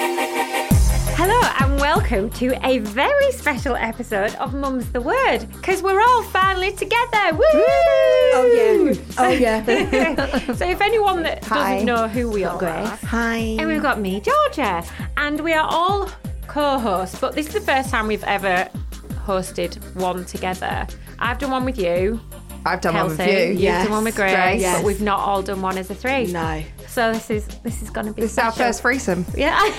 Hello and welcome to a very special episode of Mum's the Word because we're all finally together. Woo! Oh Oh yeah. yeah. so if anyone that Hi. doesn't know who we are, Grace, Hi. and we've got me, Georgia, and we are all co-hosts. But this is the first time we've ever hosted one together. I've done one with you, I've done Kelsey. one with you. You've Yes. done one with Grace, Yes. but we've not all done one as a three. No. So this is this is going to be This is our special. first threesome. Yeah,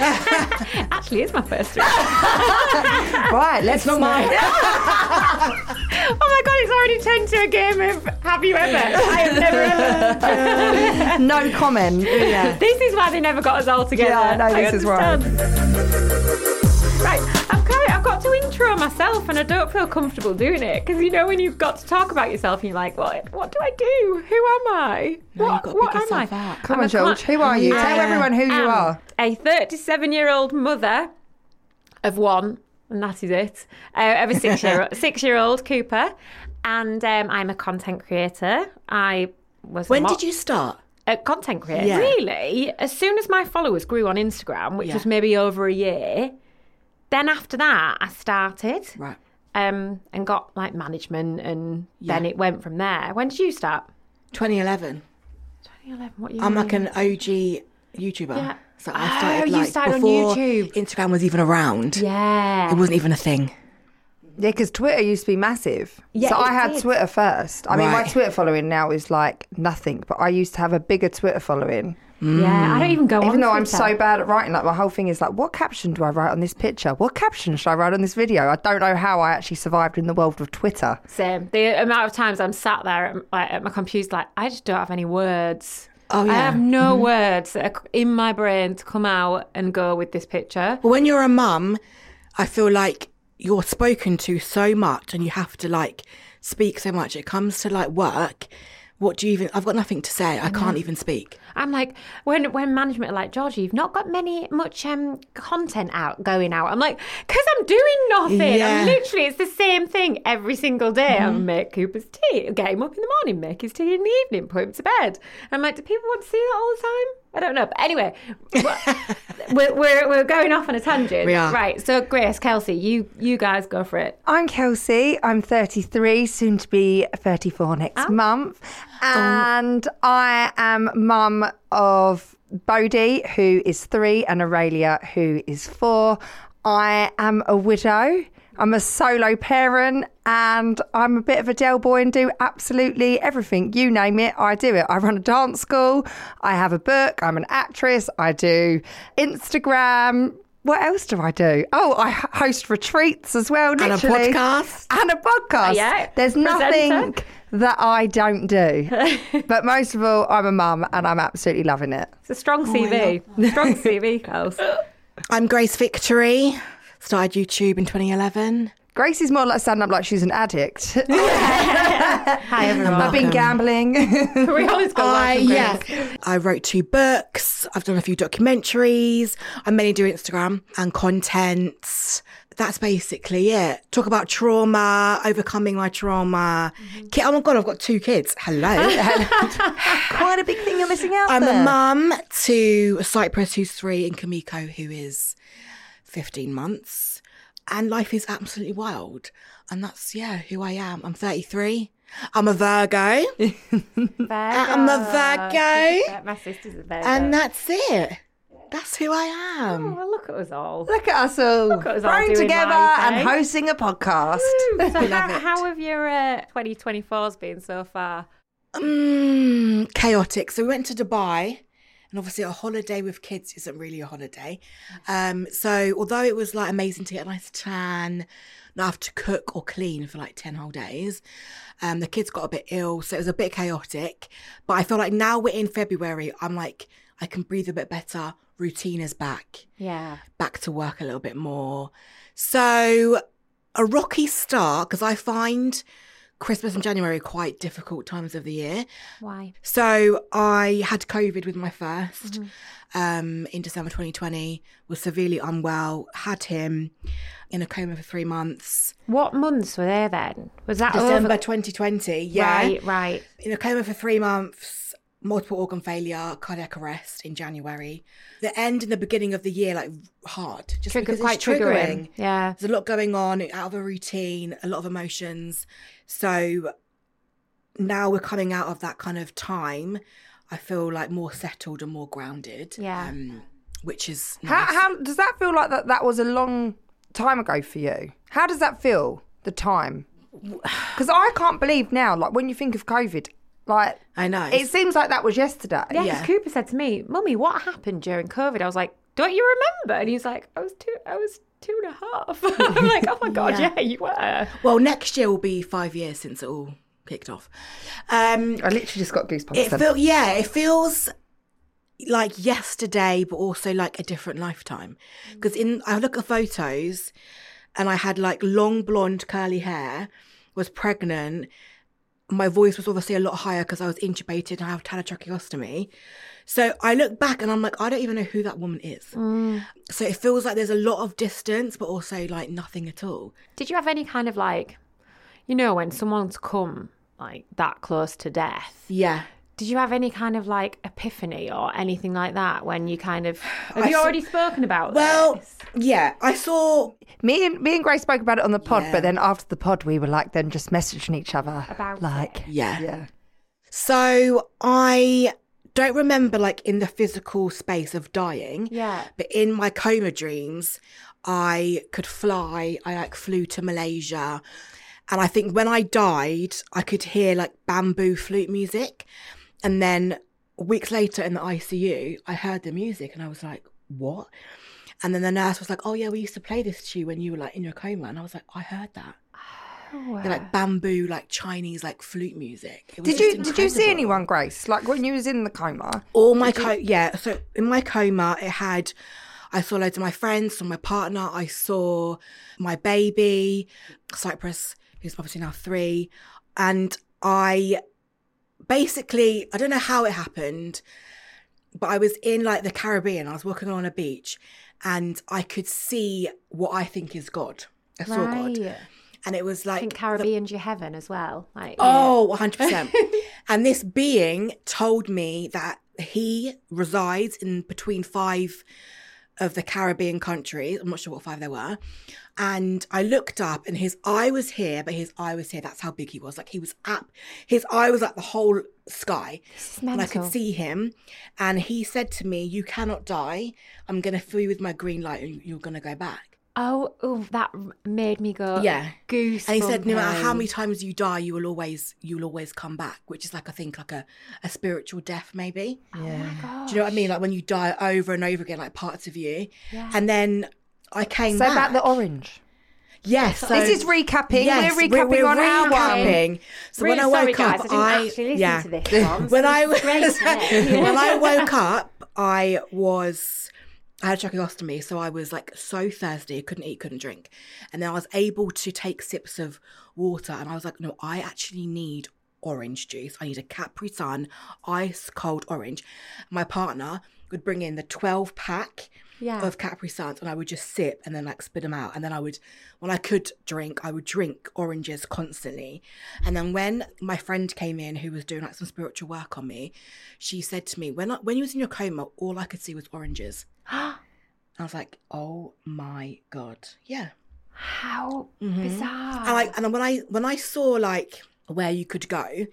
actually, it's my first three. right, let's not mine. Oh my god, it's already turned to a game of Have you ever? I have never ever. no comment. Yeah. This is why they never got us all together. Yeah, no, this is why. wrong. Right, I've, kind of, I've got to intro myself and I don't feel comfortable doing it because you know when you've got to talk about yourself and you're like, what, what do I do? Who am I? what you've got to what pick am I? yourself up. Come I'm on, a George. cli- Who are you? Tell I everyone who am you are. A 37 year old mother of one, and that is it, uh, of a six year six year old Cooper. And um, I'm a content creator. I was. When did you start? A content creator. Yeah. Really? As soon as my followers grew on Instagram, which Yeah. was maybe over a year, then after that, I started Right. um, and got like management, and then Yeah. it went from there. When did you start? 2011. 2011. What year? I'm like an OG YouTuber. Mm. Yeah. So I started Oh, you like started on before YouTube. Instagram was even around. Yeah. It wasn't even a thing. Yeah, because Twitter used to be massive. Yeah, so I it had did. Twitter first. I mean, my Right. Twitter following now is like nothing, but I used to have a bigger Twitter following. Yeah, I don't even go on. Even though Oh, I'm Twitter. so bad at writing, like my whole thing is like, what caption do I write on this picture? What caption should I write on this video? I don't know how I actually survived in the world of Twitter. Same. The amount of times I'm sat there at, like, at my computer, like, I just don't have any words. Oh, yeah. I have no words that are c- in my brain to come out and go with this picture. But when you're a mum, I feel like you're spoken to so much and you have to like speak so much. It comes to like work. What do you even? I've got nothing to say. I can't even speak. I'm like, when when management are like, Georgie, you've not got many much um, content out going out. I'm like, because I'm doing nothing. Yeah. Mm-hmm. I'm literally, it's the same thing every single day. I make Cooper's tea, get him up in the morning, make his tea in the evening, put him to bed. I'm like, do people want to see that all the time? I don't know. But anyway, we're, we're, we're going off on a tangent. We are. Right. So, Grace, Kelsey, you you guys go for it. I'm Kelsey. I'm 33, soon to be 34 next month. And I am mum of Bodhi, who is three, and Aurelia, who is four. I am a widow. I'm a solo parent and I'm a bit of a Dell boy and do absolutely everything. You name it, I do it. I run a dance school, I have a book, I'm an actress, I do Instagram. What else do I do? Oh, I h- host retreats as well And a literally. podcast. And a podcast. Yeah. There's Presenter. nothing that I don't do. but most of all, I'm a mum and I'm absolutely loving it. It's a strong CV. Strong CV, Kels. I'm Grace Victory. Started YouTube in 2011. Grace is more like standing up like she's an addict. Hi, everyone. I've been gambling. we always go I live from Grace. Uh, yeah. I wrote two books. I've done a few documentaries. I mainly do Instagram and content. That's basically it. Talk about trauma, overcoming my trauma. Ki- oh my god, I've got two kids. Hello. Quite a big thing you're missing out I'm there. a mum to Cypress, who's three, and Kamiko, who is 15 months. And life is absolutely wild. And that's yeah, who I am. I'm 33. I'm a Virgo. I'm a Virgo. My sister's a Virgo. And that's it. That's who I am. Well, look at us all. Look at us all at us all thrown doing together live, eh? and hosting a podcast. So love how, it. how have your uh, 2024s been so far? Mm, chaotic. So we went to Dubai, and obviously a holiday with kids isn't really a holiday. Um, so although it was like amazing to get a nice tan, not have to cook or clean for like ten whole days, um, the kids got a bit ill, so it was a bit chaotic. But I feel like now we're in February, I'm like I can breathe a bit better. Routine is back Yeah. back to work a little bit more. So, a rocky start because I find Christmas and January quite difficult times of the year. Why? So, I had COVID with my 1st um, in December 2020, was severely unwell, had him in a coma for three months. What months were there then? Was that December over? 2020, yeah. Right, right. In a coma for three months. Multiple organ failure, cardiac arrest in January. The end and the beginning of the year, like hard, just Trigger, because quite it's triggering. triggering. Yeah. There's a lot going on, out of a routine, a lot of emotions. So now we're coming out of that kind of time. I feel like more settled and more grounded. Yeah. Um, which is How, nice. how does that feel like that, that was a long time ago for you? How does that feel, the time? Because I can't believe now, like when you think of COVID, like I know. it seems like that was yesterday. Yeah, 'cause Yeah. Cooper said to me, "Mummy, what happened during COVID?" I was like, "Don't you remember?" And he's like, "I was two, I was two and a half." I'm like, "Oh my god, yeah, you were." well, next year will be five years since it all kicked off. Um, I literally just got goosebumps. it then. feels yeah, it feels like yesterday, but also like a different lifetime. Because in I look at photos, and I had like long blonde curly hair, was pregnant. My voice was obviously a lot higher because I was intubated and I had had a tracheostomy. So I look back and I'm like, I don't even know who that woman is. So it feels like there's a lot of distance, but also like nothing at all. Did you have any kind of like, you know, when someone's come like that close to death? Yeah. Did you have any kind of like epiphany or anything like that when you kind of have I you saw- already spoken about? Well, this? yeah, I saw Me and me and Grace spoke about it on the pod, Yeah. but then after the pod, we were like then just messaging each other About it. like Yeah. yeah. So I don't remember like in the physical space of dying. Yeah. But in my coma dreams, I could fly. I like flew to Malaysia. And I think when I died, I could hear like bamboo flute music. And then weeks later in the ICU, I heard the music and I was like, what? And then the nurse was like, oh, yeah, we used to play this to you when you were like in your coma. And I was like, I heard that. They're like bamboo, like Chinese, like flute music. It was Oh, Did you just did you see incredible. anyone, Grace? Like when you was in the coma? All my co- yeah. So in my coma, it had. I saw loads of my friends, saw my partner. I saw my baby, Cyprus, who's obviously now three, and I basically I don't know how it happened, but I was in like the Caribbean. I was walking on a beach, and I could see what I think is God. I saw God, right. and it was I like think Caribbean's your heaven as well. Like, Oh, 100%. and this being told me that he resides in between five of the Caribbean countries. I'm not sure what five there were. And I looked up and his eye was here, but his eye was here. That's how big he was. Like he was up, his eye was like the whole sky. And I could mental. see him. And he said to me, You cannot die. I'm going to fill you with my green light and you're going to go back. oh, ooh, that r- made me go. Yeah. goose. And he said, no matter how many times you die, you will always you'll always come back, which is like I think like a, a spiritual death maybe. God. Do you know what I mean? Like when you die over and over again, like parts of you. And then I came So back. about the orange. yes. so- this is recapping. Yes, we're recapping we're on our one. recapping. So when I Really woke sorry, guys, up, I didn't actually listen yeah. to this one, when so I this was is great, isn't it? when I woke up, I was I had a tracheostomy, so I was like so thirsty, couldn't eat, couldn't drink, and then I was able to take sips of water, and I was like, no, I actually need orange juice. I need a Capri Sun ice cold orange. My partner would bring in the twelve pack Yeah. of Capri Suns, and I would just sip and then like spit them out. And then I would, when I could drink, I would drink oranges constantly. And then when my friend came in, who was doing like some spiritual work on me, she said to me, "When I, when you was in your coma, all I could see was oranges." I was like, "Oh my god, yeah." How Mm-hmm. bizarre. And like, and then when I when I saw like where you could go,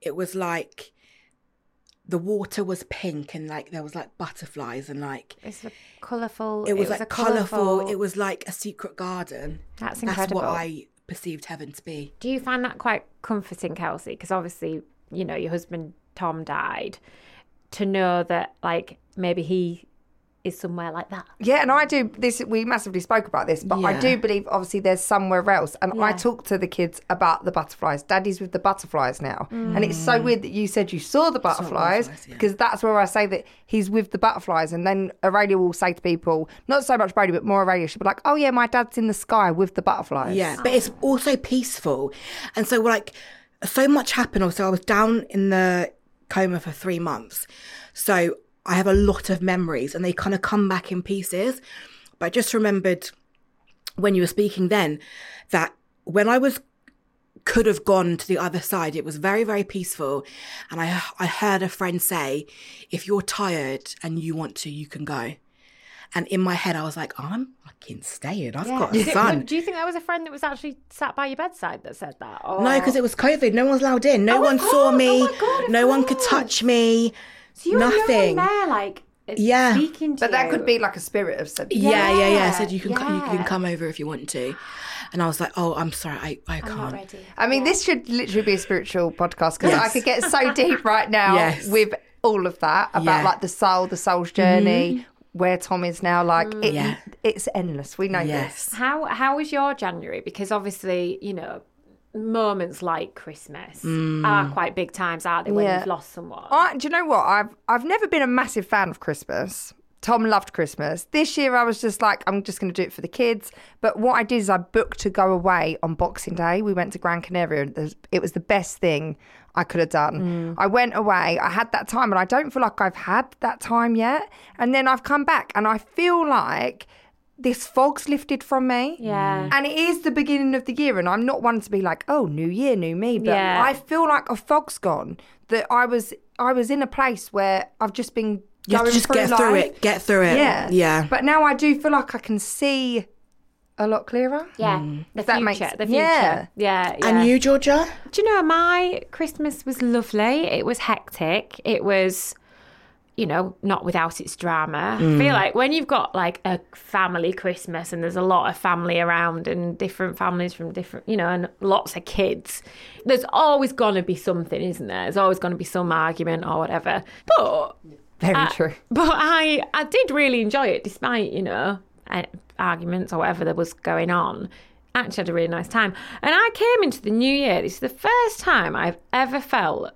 it was like the water was pink and like there was like butterflies and like It's a colourful. it was like a colourful. It was like a secret garden. That's That's incredible. what I perceived heaven to be. Do you find that quite comforting, Kelsey? Because obviously, you know, your husband Tom died. To know that, like, maybe he is somewhere like that. Yeah, and I do this. We massively spoke about this, but I Yeah. do believe obviously there's somewhere else. And I Yeah. talk to the kids about the butterflies. Daddy's with the butterflies now, and it's Mm. so weird that you said you saw the butterflies butterflies, yeah. because that's where I say that he's with the butterflies. And then Aurelia will say to people, not so much Brody, but more Aurelia, she'll be like, "Oh yeah, my dad's in the sky with the butterflies." Yeah, but it's also peaceful. And so, like, so much happened. Also, I was down in the coma for three months. So, I have a lot of memories and they kind of come back in pieces. But I just remembered when you were speaking then that when I was could have gone to the other side it was very very peaceful and i i heard a friend say if you're tired and you want to you can go and in my head i was like i'm fucking staying i've got a Do, son do you think that was a friend that was actually sat by your bedside that said that? Or... No, because it was COVID. No one was allowed in. No of one saw course. me. Oh my God, of no one could course. touch me. So you're nothing. You're there, like, Yeah. speaking to but that you. could be like a spirit of something. Yeah, yeah, yeah. Yeah, Said you can co- you yeah. can come over if you want to. And I was like, oh, I'm sorry, I, I can't. I'm not ready. I mean, this should literally be a spiritual podcast because I Yes. could get so deep right now Yes. with all of that about Yeah. Mm-hmm. like the soul, the soul's journey, where Tom is now. Like, it, Yeah. it's endless. We know this. Yes. How how was your January? Because obviously, you know, moments like Christmas Mm. are quite big times, aren't they? When Yeah. Oh, you've lost someone. I, do you know what? I've I've never been a massive fan of Christmas. Tom loved Christmas. This year, I was just like, I'm just going to do it for the kids. But what I did is I booked to go away on Boxing Day. We went to Gran Canaria. and there's- It was the best thing I could have done. Mm. I went away. I had that time, and I don't feel like I've had that time yet. And then I've come back, and I feel like this fog's lifted from me. Yeah. And it is the beginning of the year, and I'm not one to be like, oh, new year, new me. But Yeah. I feel like a fog's gone. That I was, I was in a place where I've just been You have going to just through get life. through it. Get through it. Yeah, Yeah. But now I do feel like I can see a lot clearer. yeah, the that future, makes- the future. yeah. Yeah, yeah. Mm. And you, Georgia? Do you know my Christmas was lovely? It was hectic. It was, you know, not without its drama. I feel like when you've got like a family Christmas and there's a lot of family around and different families from different, you know, and lots of kids, there's always going to be something, isn't there? There's always going to be some argument or whatever. But Very true. but I I did really enjoy it, despite you know uh, arguments or whatever that was going on. Actually, had a really nice time, and I came into the new year. This is the first time I've ever felt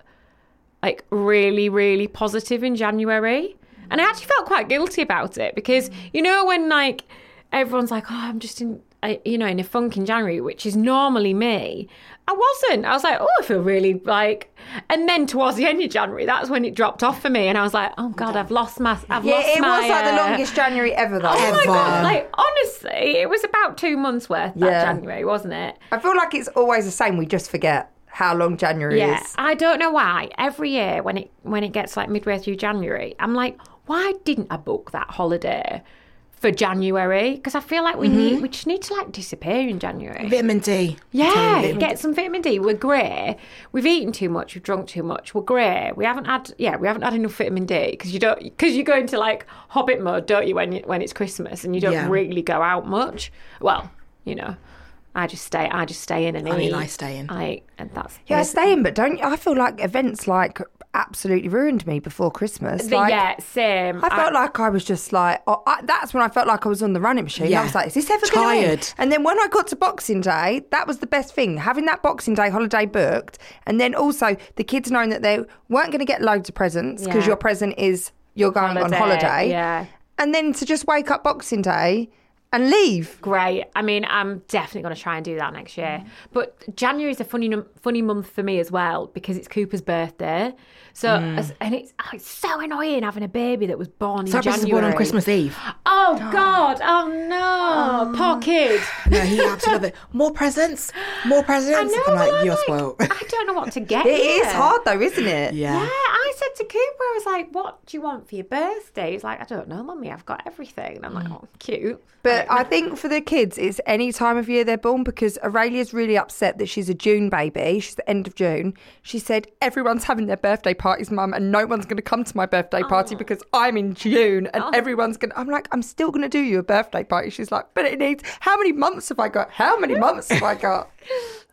like really, really positive in January, and I actually felt quite guilty about it because you know when like everyone's like, oh, I'm just in. I, you know, in a funk in January, which is normally me, I wasn't. I was like, oh, I feel really like. And then towards the end of January, that's when it dropped off for me, and I was like, oh god, I've lost my, I've Yeah, lost it my. was like the uh, longest January ever, though. Oh my god! ever. Like honestly, it was about two months worth that Yeah. January, wasn't it? I feel like it's always the same. We just forget how long January Yeah, is. I don't know why. Every year when it when it gets like midway through January, I'm like, why didn't I book that holiday for January? Because I feel like we Mm-hmm. need we just need to like disappear in January. Vitamin D. yeah, get some vitamin D. We're grey. We've eaten too much. We've drunk too much. We're grey. We haven't had yeah. We haven't had enough vitamin D because you don't because you go into like Hobbit mode, don't you? When you, when it's Christmas and you don't Yeah. really go out much. Well, you know, I just stay. I just stay in and I mean, eat. I stay in. I and that's Yeah, I stay in, but don't. I feel like events like absolutely ruined me before Christmas. The- like, yeah, same. I felt like I was just like, oh, I, that's when I felt like I was on the running machine. I Yeah. was like, is this ever going to end? Tired. And then when I got to Boxing Day, that was the best thing, having that Boxing Day holiday booked. And then also the kids knowing that they weren't going to get loads of presents because Yeah. your present is you're going on holiday. Yeah, And then to just wake up Boxing Day and leave. great. I mean, I'm definitely going to try and do that next year. Mm. But January is a funny num- funny month for me as well because it's Cooper's birthday. So Mm. as- and it's oh, it's so annoying having a baby that was born in Cyrus was January. born on Christmas Eve. Oh God! Oh no! Oh. Poor kid. No, he absolutely loved it. More presents. More presents. No, I'm like, I'm you're like, spoiled. I don't know what to get. It is here. hard though, isn't it? Yeah, yeah. I said to Cooper, I was like, "What do you want for your birthday?" He's like, "I don't know, mummy. I've got everything." And I'm Mm. like, "Oh, cute." But I think for the kids, it's any time of year they're born because Aurelia's really upset that she's a June baby. She's the end of June. She said, Everyone's having their birthday parties, mum, and no one's going to come to my birthday party Oh. because I'm in June and everyone's going to. I'm like, I'm still going to do you a birthday party. She's like, But it needs. How many months have I got? How many months have I got?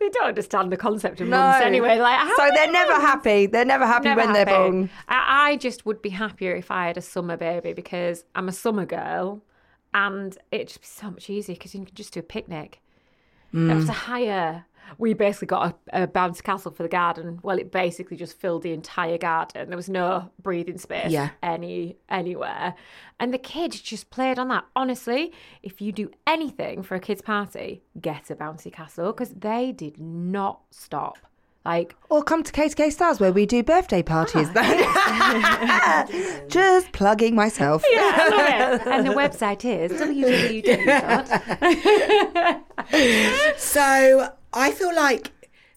They don't understand the concept of No. mums anyway. Like, how so many they're never mums? happy. They're never happy Never when they're happy. born. I, I just would be happier if I had a summer baby because I'm a summer girl, and it'd just be so much easier because you can just do a picnic. Mm. have to hire. We basically got a, a bouncy castle for the garden. Well, it basically just filled the entire garden. There was no breathing space Yeah. any anywhere, and the kids just played on that. Honestly, if you do anything for a kids' party, get a bouncy castle because they did not stop. Like Or come to KTK Stars where we do birthday parties. Just plugging myself. Ah, Yeah, I love it. And the website is www. So I feel like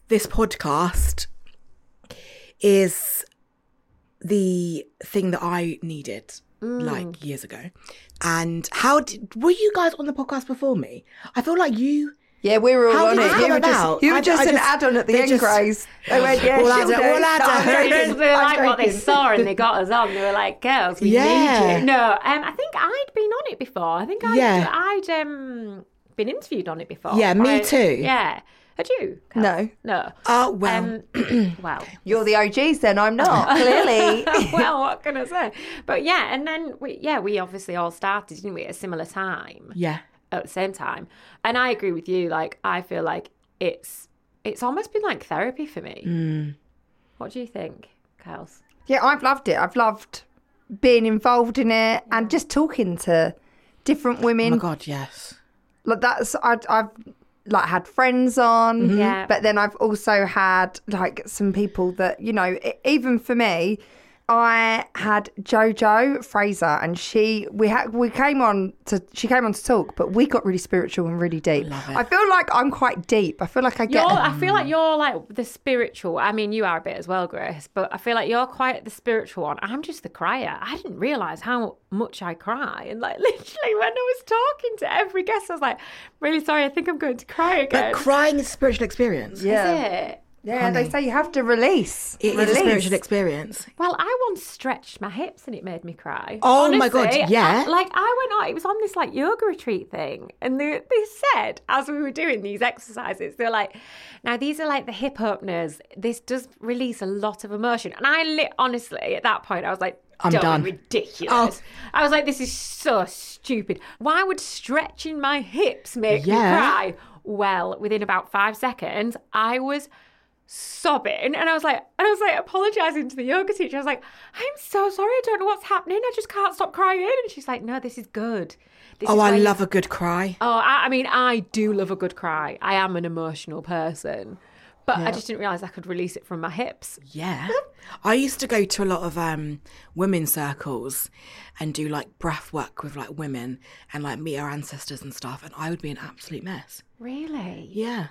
this podcast is the thing that I needed Mm. like years ago. And how did were you guys on the podcast before me? I feel like you Yeah, we were all How on did it. you You were come just, about? you were I- just I an just- add-on at the they end, just- Grace. They went, yeah, All she'll adult- do it. all adult. No, I'm They joking. like I'm what they joking. saw and they got us on. They were like, "Girls, we Yeah. need you." No, um, I think I'd been on it before. I think I'd, Yeah. I'd um, been interviewed on it before. Yeah, me By- too. Yeah, had you? Kels? No. no. Oh well Um, well, You're the OGs then, I'm not, clearly. well, what can I say? But yeah, and then we, yeah, we obviously all started, didn't we, at a similar time? Yeah. at the same time. And I agree with you. Like I feel like it's it's almost been like therapy for me. What do you think, Kels? yeah, I've loved it. I've loved being involved in it and just talking to different Oh my women. god, yes. like that's, I, I've like had friends on, Mm-hmm. Yeah. but then I've also had like some people that, you know, e- even for me, I had Jojo Fraser and she we had we came on to she came on to talk, but we got really spiritual and really deep. I feel like I'm quite deep. I feel like I You're, get I feel like you're like the spiritual. I mean, you are a bit as well, Grace, but I feel like you're quite the spiritual one. I'm just the crier. I didn't realize how much I cry, and like literally when I was talking to every guest, I was like, "Really sorry, I think I'm going to cry again." But crying is a spiritual experience. yeah. Is it? Yeah, they say you have to release. It is release. a spiritual experience. Well, I once stretched my hips and it made me cry. Oh my God, Honestly, yeah. I- like I went on, it was on this like yoga retreat thing, and they, they said as we were doing these exercises, they're like, now these are like the hip openers. This does release a lot of emotion, and I lit honestly at that point I was like. I'm "Don't be done." Oh. Ridiculous. I was like, this is so stupid. Why would stretching my hips make Yeah. me cry? Well, within about five seconds, I was sobbing and I was like and I was like apologizing to the yoga teacher. I was like, I'm so sorry, I don't know what's happening. I just can't stop crying. And she's like, No, this is good. This Oh, is I like- love a good cry. Oh, I, I mean, I do love a good cry. I am an emotional person. But I just didn't realise I could release it from my hips. Yeah. I used to go to a lot of um, women's circles and do like breath work with like women and like meet our ancestors and stuff. And I would be an absolute mess. Really? Yeah.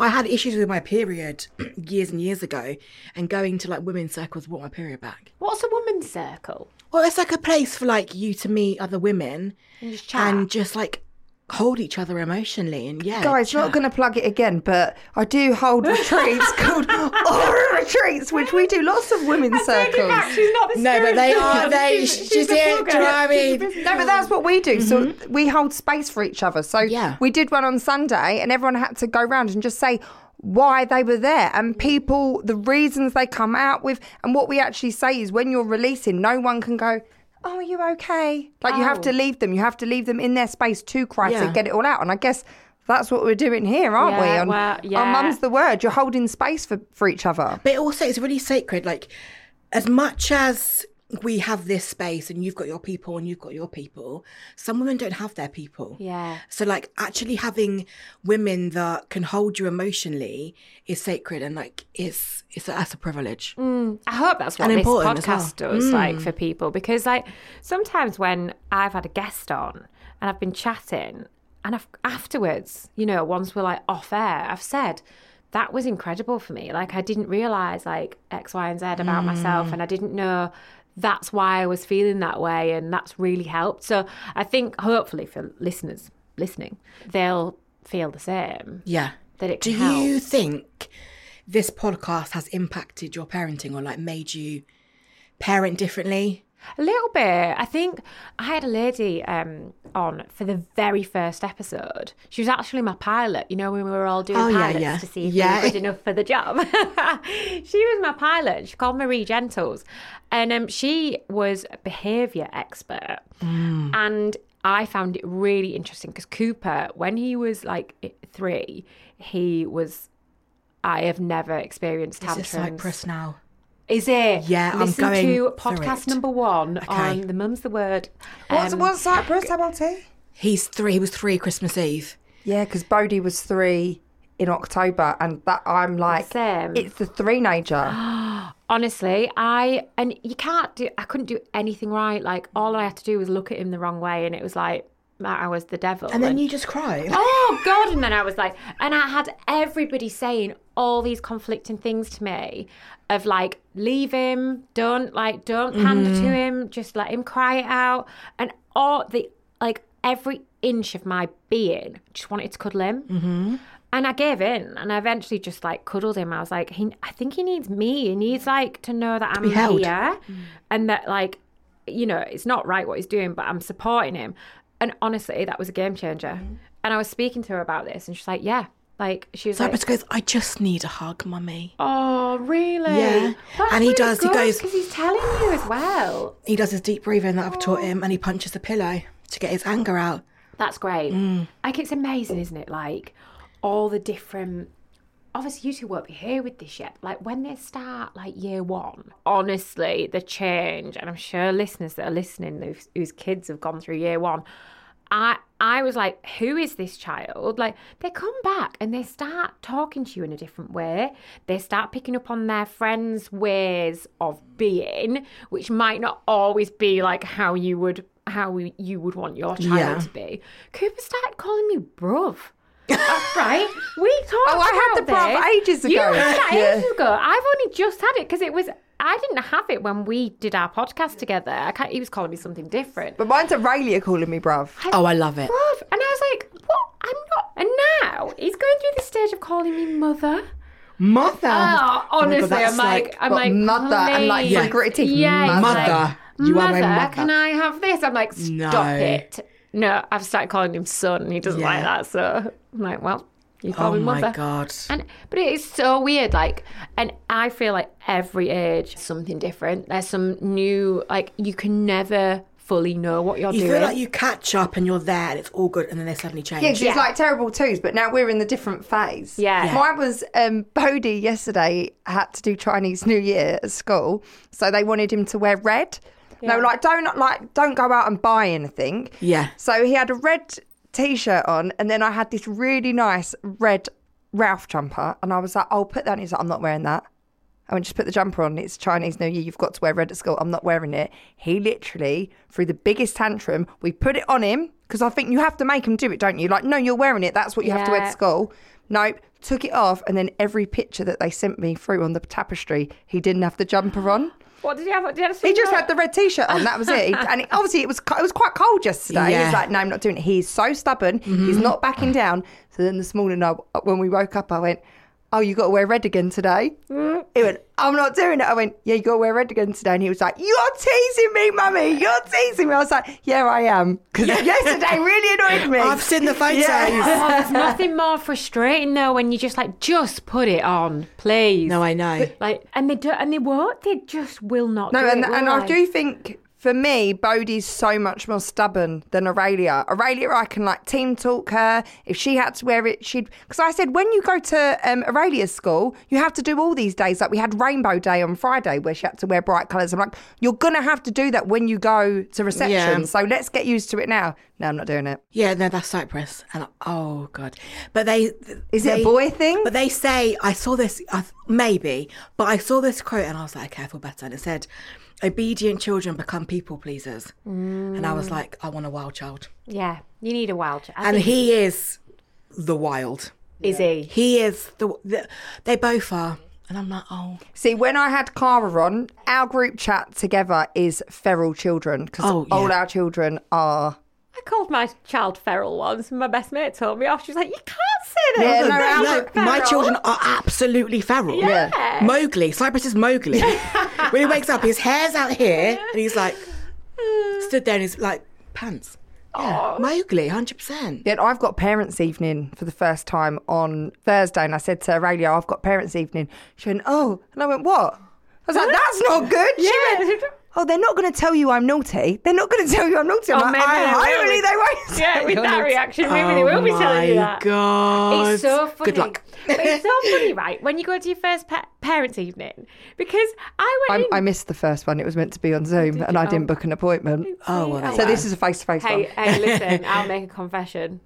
I had issues with my period years and years ago, and going to like women's circles brought my period back. What's a woman's circle? Well, it's like a place for like you to meet other women You just chat. and just like hold each other emotionally. And yeah, Guys, not going to plug it again, but I do hold retreats called Aura Retreats, which we do lots of women's Take it circles. back, She's not the No, but they spiritual are- one. they- She's- she's she's just the here, plugger. do you know what I She's the mean? business No, but that's what we do. So Mm-hmm. we hold space for each other. So Yeah. we did one on Sunday, and everyone had to go round and just say why they were there and people, the reasons they come out with. And what we actually say is when you're releasing, no one can go, Oh, are you okay? Like you have to Oh. leave them. You have to leave them in their space to cry to Yeah. get it all out. And I guess. That's what we're doing here, aren't we? Yeah, On, well, on yeah. Mum's the Word. You're holding space for, for each other. But also, it's really sacred. Like, as much as we have this space and you've got your people and you've got your people, some women don't have their people. Yeah. So, like, actually having women that can hold you emotionally is sacred and, like, it's, it's that's a privilege. I hope that's what And this important as Mm. podcast does, like for people, because like sometimes when I've had a guest on and I've been chatting, and I've, afterwards, you know, once we're like off air, I've said, that was incredible for me. Like I didn't realize like X, Y, and Z about Mm. myself, and I didn't know that's why I was feeling that way, and that's really helped. So I think hopefully for listeners listening, they'll feel the same. Yeah. That it Do can help. you think this podcast has impacted your parenting or like made you parent differently? A little bit. I think I had a lady um, on for the very first episode. She was actually my pilot. You know, when we were all doing Oh, yeah, pilots yeah. to see if Yeah. we were good enough for the job. she was my pilot. She called Marie Gentles, and um, she was a behaviour expert. Mm. And I found it really interesting because Cooper, when he was like three, he was. I have never experienced It's a tantrums. Cyprus now. Is it? Yeah, I'm Listen going to through podcast it. number one on the mum's the word. Um, What's what's He's three. He was three Christmas Eve. Yeah, because Bodhi was three in October, and that I'm like, Same. it's the three-nager. Honestly, I and you can't do. I couldn't do anything right. Like all I had to do was look at him the wrong way, and it was like I was the devil. And then you just cry. oh god and then i was like and i had everybody saying all these conflicting things to me of like leave him don't like don't pander to him just let him cry it out and all the like every inch of my being just wanted to cuddle him and i gave in and i eventually just like cuddled him i was like he, i think he needs me he needs like to know that i'm held. here Mm. and that like you know, it's not right what he's doing, but I'm supporting him. And honestly, that was a game changer. Mm-hmm. And I was speaking to her about this, and she's like, yeah. Like, she was Cyprus like, goes, I just need a hug, mummy. oh, really? Yeah. That's And he really does, he good, goes- 'cause he's telling you as well. He does his deep breathing that I've taught him and he punches the pillow to get his anger out. That's great. Like, it's amazing, isn't it? Like, all the different. Obviously, you two won't be here with this yet. Like, when they start, like, year one, honestly, the change, and I'm sure listeners that are listening whose, whose kids have gone through year one, I, I was like, who is this child? Like, they come back and they start talking to you in a different way. They start picking up on their friends' ways of being, which might not always be like how you would how you would want your child Yeah. to be. Cooper started calling me bruv. That's right. We talked. Oh, I had about the bruv this. ages You ago. had that Yeah. ages ago. I've only just had it because it was. I didn't have it when we did our podcast together. I can't, he was calling me something different. But mine's Aurelia calling me bruv. Oh, I love it. Bruv. And I was like, what? I'm not. And now he's going through the stage of calling me mother. Mother. Oh, my God, honestly, that's I'm like, I'm Got like, mother and, like, please. some gritty Yeah, he's mother. like, You are my mother. Can I have this? I'm like, stop No. it. No, I've started calling him son. and He doesn't like Yeah. that. So I'm like, well, you call oh me my mother. God. And but it is so weird, like, and I feel like every age something different. There's some new, like, you can never fully know what you're You doing. feel like you catch up and you're there and it's all good and then they suddenly change. Yeah, 'cause it's like terrible twos, but now we're in the different phase. Yeah. Yeah. Mine was um, Bodhi yesterday had to do Chinese New Year at school, so they wanted him to wear red. No, like don't like don't go out and buy anything. Yeah. So he had a red t-shirt on, and then I had this really nice red Ralph jumper, and I was like, "I'll put that." on." He's like, "I'm not wearing that." I went, just put the jumper on. It's Chinese New Year. You've got to wear red at school. I'm not wearing it. He literally threw the biggest tantrum. We put it on him because I think you have to make him do it, don't you? Like, no, you're wearing it. That's what you have to wear to Yeah. school. Nope. Took it off. And then every picture that they sent me through on the tapestry, he didn't have the jumper on. what did he have? Did he, have He just had the red T-shirt on. That was it. He- and it, obviously, it was co- it was quite cold yesterday. Yeah. He's like, "No, I'm not doing it." He's so stubborn. He's not backing down. So then this morning, I, uh, when we woke up, I went, "Oh, you got to wear red again today." He went, "I'm not doing it." I went, "Yeah, you got to wear red again today." And he was like, "You're teasing me, mummy. You're teasing me." I was like, "Yeah, I am." Because yesterday really annoyed me. I've seen the photos. Oh, there's nothing more frustrating though when you just like just put it on, please. No, I know. like, and they do, and they won't. They just will not. No, do and, it, and will I they? do think for me, Bodhi's so much more stubborn than Aurelia. Aurelia, I can like team talk her. If she had to wear it, she'd. Because I said, when you go to um, Aurelia's school, you have to do all these days. Like we had Rainbow Day on Friday where she had to wear bright colours. I'm like, you're going to have to do that when you go to reception. Yeah. So let's get used to it now. No, I'm not doing it. Yeah, no, that's Cyprus. And oh god, but they Is it a they- boy thing? But they say I saw this I, th- maybe, but I saw this quote and I was like, okay, I feel better. And it said, "Obedient children become people pleasers," and I Mm. was like, I want a wild child, Yeah, you need a wild child. I and think- he is the wild. Is he? He is the, the they both are, and I'm like, oh, See, when I had Cara on, our group chat together is feral children because Oh, yeah. all our children are. I called my child feral once, and my best mate told me off. She's like, "You can't say Yeah, that." no, about no, feral." my children are absolutely feral. Yeah. Mowgli, Cypress is Mowgli. when he wakes up, his hair's out here, and he's like stood there in his like pants. Yeah, Mowgli, hundred percent. Then I've got parents' evening for the first time on Thursday, and I said to Aurelia, "I've got parents' evening." She went, "Oh," and I went, "What?" I was like, "That's not good." She Yeah. went, "Oh, they're not going to tell you I'm naughty. They're not going to tell you I'm naughty." I'm Oh, like, maybe I, they will hopefully with- they won't. Oh Yeah, tell with you I'm that naughty." reaction, maybe they will be telling you that. Oh god, It's so funny. Good luck. but it's so funny, right? When you go to your first pa- parents' evening, because I went. I'm, in- I missed the first one. It was meant to be on Zoom, and I didn't book an appointment. Oh well, So this is a face-to-face Hey, one. hey, listen, I'll make a confession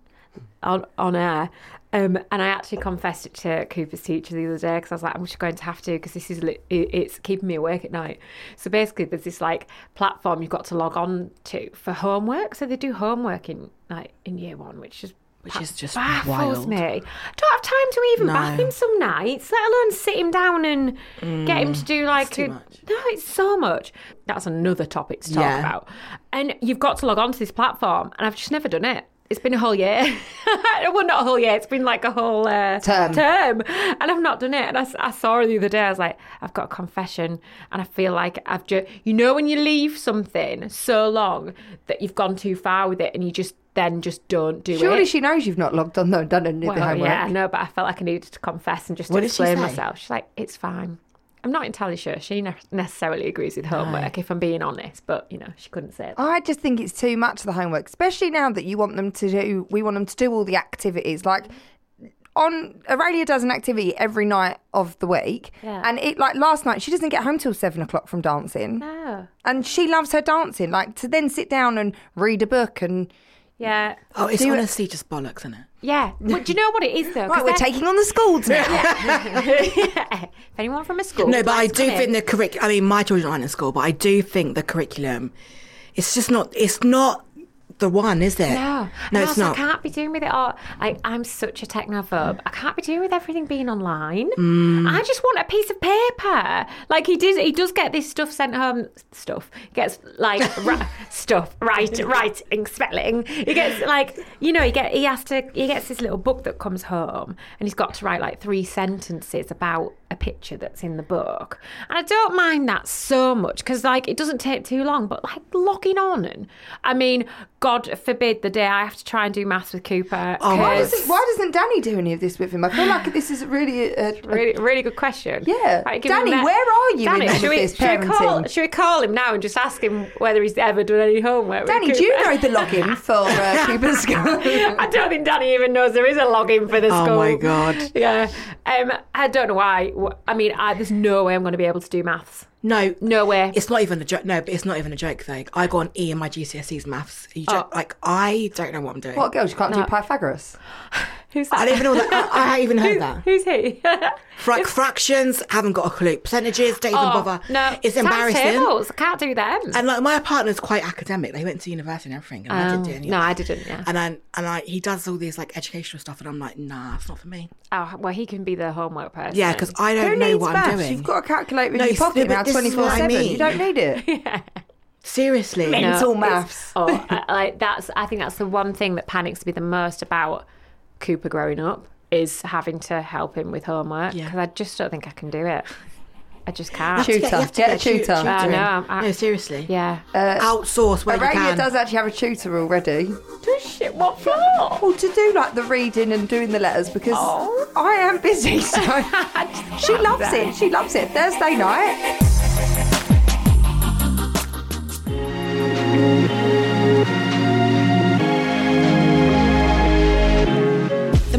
on, on air. Um, and I actually confessed it to Cooper's teacher the other day because I was like, I'm just going to have to because this is li- it- it's keeping me awake at night. So basically, there's this like platform you've got to log on to for homework. So they do homework in like in year one, which is Which is just baffles wild. me. Don't have time to even bath him some nights, let alone sit him down and get him to do like Mm. too a- much. no, it's so much. That's another topic to talk Yeah. about. And you've got to log on to this platform, and I've just never done it. It's been a whole year. well, not a whole year. It's been like a whole uh, Term. and I've not done it. And I, s- I saw her the other day. I was like, I've got a confession, and I feel like I've just, you know, when you leave something so long that you've gone too far with it, and you just then just don't do it. Surely she knows you've not logged on though and done any of the homework. Yeah, I know, but I felt like I needed to confess and just What did she explain say? myself. She's like, it's fine. I'm not entirely sure she ne- necessarily agrees with homework, if I'm being honest, but you know, she couldn't say that. I just think it's too much of the homework, especially now that you want them to do. We want them to do all the activities. Like on Aurelia does an activity every night of the week, Yeah. and it like last night she doesn't get home till seven o'clock from dancing, No. and she loves her dancing. Like to then sit down and read a book and Yeah. oh, it's Do you- honestly just bollocks, isn't it? Yeah. Well, do you know what it is, though? 'Cause right, we're they're- taking on the schools now. Yeah. If anyone from a school. No, but I likes do coming- think the curriculum. I mean, my children aren't in school, but I do think the curriculum. It's just not. It's not the one, is it? No, no, Oh, And it's also, not. I can't be doing with it all. Like, I'm such a technophobe. I can't be doing with everything being online. I just want a piece of paper. Like he did, he does get this stuff sent home. Stuff gets like ra- stuff. Right, writing, spelling. He gets like you know, he get he has to he gets this little book that comes home, and he's got to write like three sentences about a picture that's in the book. And I don't mind that so much because like it doesn't take too long. But like logging on, and I mean, God forbid the day I have to try and do maths with Cooper. Oh, my Why 'cause- doesn't, why doesn't Danny do any of this with him? I feel like this is really a, a- Really, really good question. Yeah. Right, give him Danny, that- where are you in Danny, all of should we, this should we call, parenting? should we call him now and just ask him whether he's ever done any homework? with Danny, do you Cooper? know the login for uh, Cooper's school? I don't think Danny even knows there is a login for the Oh, school. my God. Yeah. Um, I don't know why. Wh- I mean, I, there's no way I'm going to be able to do maths. no, No way. It's not even a joke. No, but it's not even a joke though. I got an E in my GCSEs maths. You Oh. joke, Like I don't know what I'm doing. what girl? She can't do Pythagoras. Who's I that? don't even know that. I, I haven't even heard that. Who's he? Fra- fractions, haven't got a clue. Percentages, don't even Oh, bother. No. it's embarrassing. Timetables, I can't do them. And like my partner's quite academic. They went to university and everything, and I didn't do any. of Oh, no, that. I didn't. Yeah. And I and I he does all these like educational stuff, and I'm like, nah, it's not for me. Oh, well, he can be the homework person. Yeah, because I don't Who know needs what maths? I'm doing. You've got a calculator in No, your it's- pocket but now, this is twenty four what I seven. mean. You don't need it. Seriously, No, It's all it's- maths. Oh, I, like that's. I think that's the one thing that panics me the most about Cooper growing up is having to help him with homework Yeah. because I just don't think I can do it. I just can't. Tutor. You have to Get a tu- tutor. I tutoring. know, I'm- I- no, seriously. Uh, Yeah. Outsource where you Aurelia can. does actually have a tutor already. shit, what for? Well, to do like the reading and doing the letters because Oh. I am busy, so she loves it. She loves it. Thursday night. The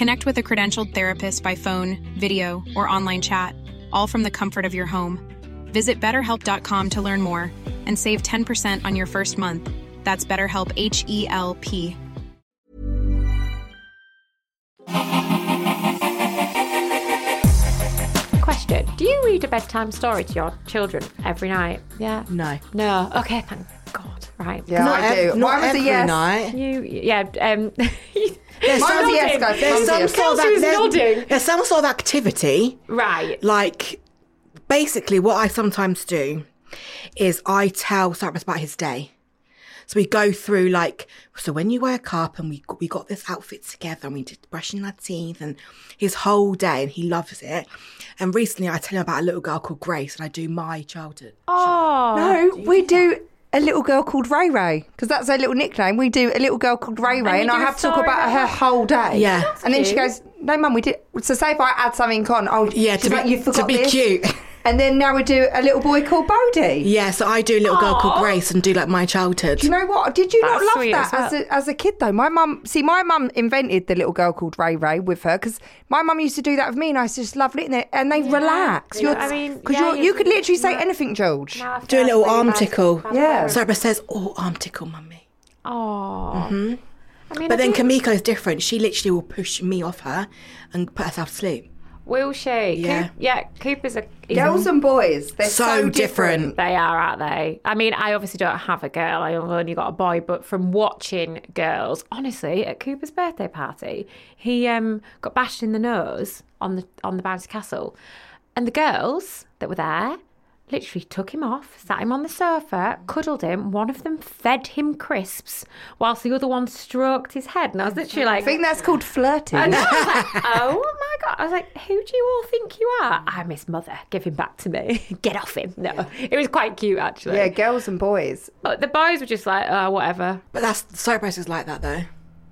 Connect with a credentialed therapist by phone, video, or online chat, all from the comfort of your home. Visit betterhelp.com to learn more and save 10% on your first month. That's BetterHelp, H E L P. Question Do you read a bedtime story to your children every night? Yeah. No. No. Okay, thank God. Right. Yeah, I do. ev- Mine not was a every yes. night. You, yeah. Um, There's Mine's some, a yes, guys. there's Mine's a some yes. sort of Kelsey's nodding. there's, there's some sort of activity right. like basically what I sometimes do is I tell Cyrus about his day. So we go through like so when you wake up and we we got this outfit together and we did brushing our teeth and his whole day and he loves it. And recently I tell him about a little girl called Grace and I do my childhood. Oh. No, we do a little girl called Ray Ray because that's her little nickname. We do a little girl called Ray Ray, and, you I do a have to talk story about about her her. whole day. Yeah. and then she goes, "No, mum, we did." So say if I add something on, oh, Yeah, she's to be- like, you to forgot be this." cute. And then now we do a little boy called Bodie. Yeah, so I do a little girl called Grace and do like my childhood. Do you know what? Did you That's not love sweet that as as, a, as a kid though? My mum, see, my mum invented the little girl called Ray Ray with her because my mum used to do that with me, and I used to just love it. And they, and they relax. Yeah, You're, I mean, because yeah, you're, you, you- could literally say no. anything, George. Do a little arm tickle. Yeah. Cyrus says, "Oh, arm tickle, mummy." Oh. I mean, Mm-hmm. But I then think- Kamiko's different. She literally will push me off her and put herself to sleep. will she? Yeah. Coop, yeah. Cooper's a. he's a- Girls and boys, they're so, So different. different. They are, aren't they? I mean, I obviously don't have a girl. I've only got a boy. But from watching girls, honestly, at Cooper's birthday party, he um, got bashed in the nose on the on the bouncy castle, and the girls that were there literally took him off, sat him on the sofa, cuddled him. One of them fed him crisps, whilst the other one stroked his head. And I was literally like, I think that's called flirting. and I was like, oh my god! I was like, who do you all think you are? I'm his mother. Give him back to me. Get off him. No, it was quite cute actually. Yeah, girls and boys. But the boys were just like, oh, whatever. But that's Cyrus is like that though.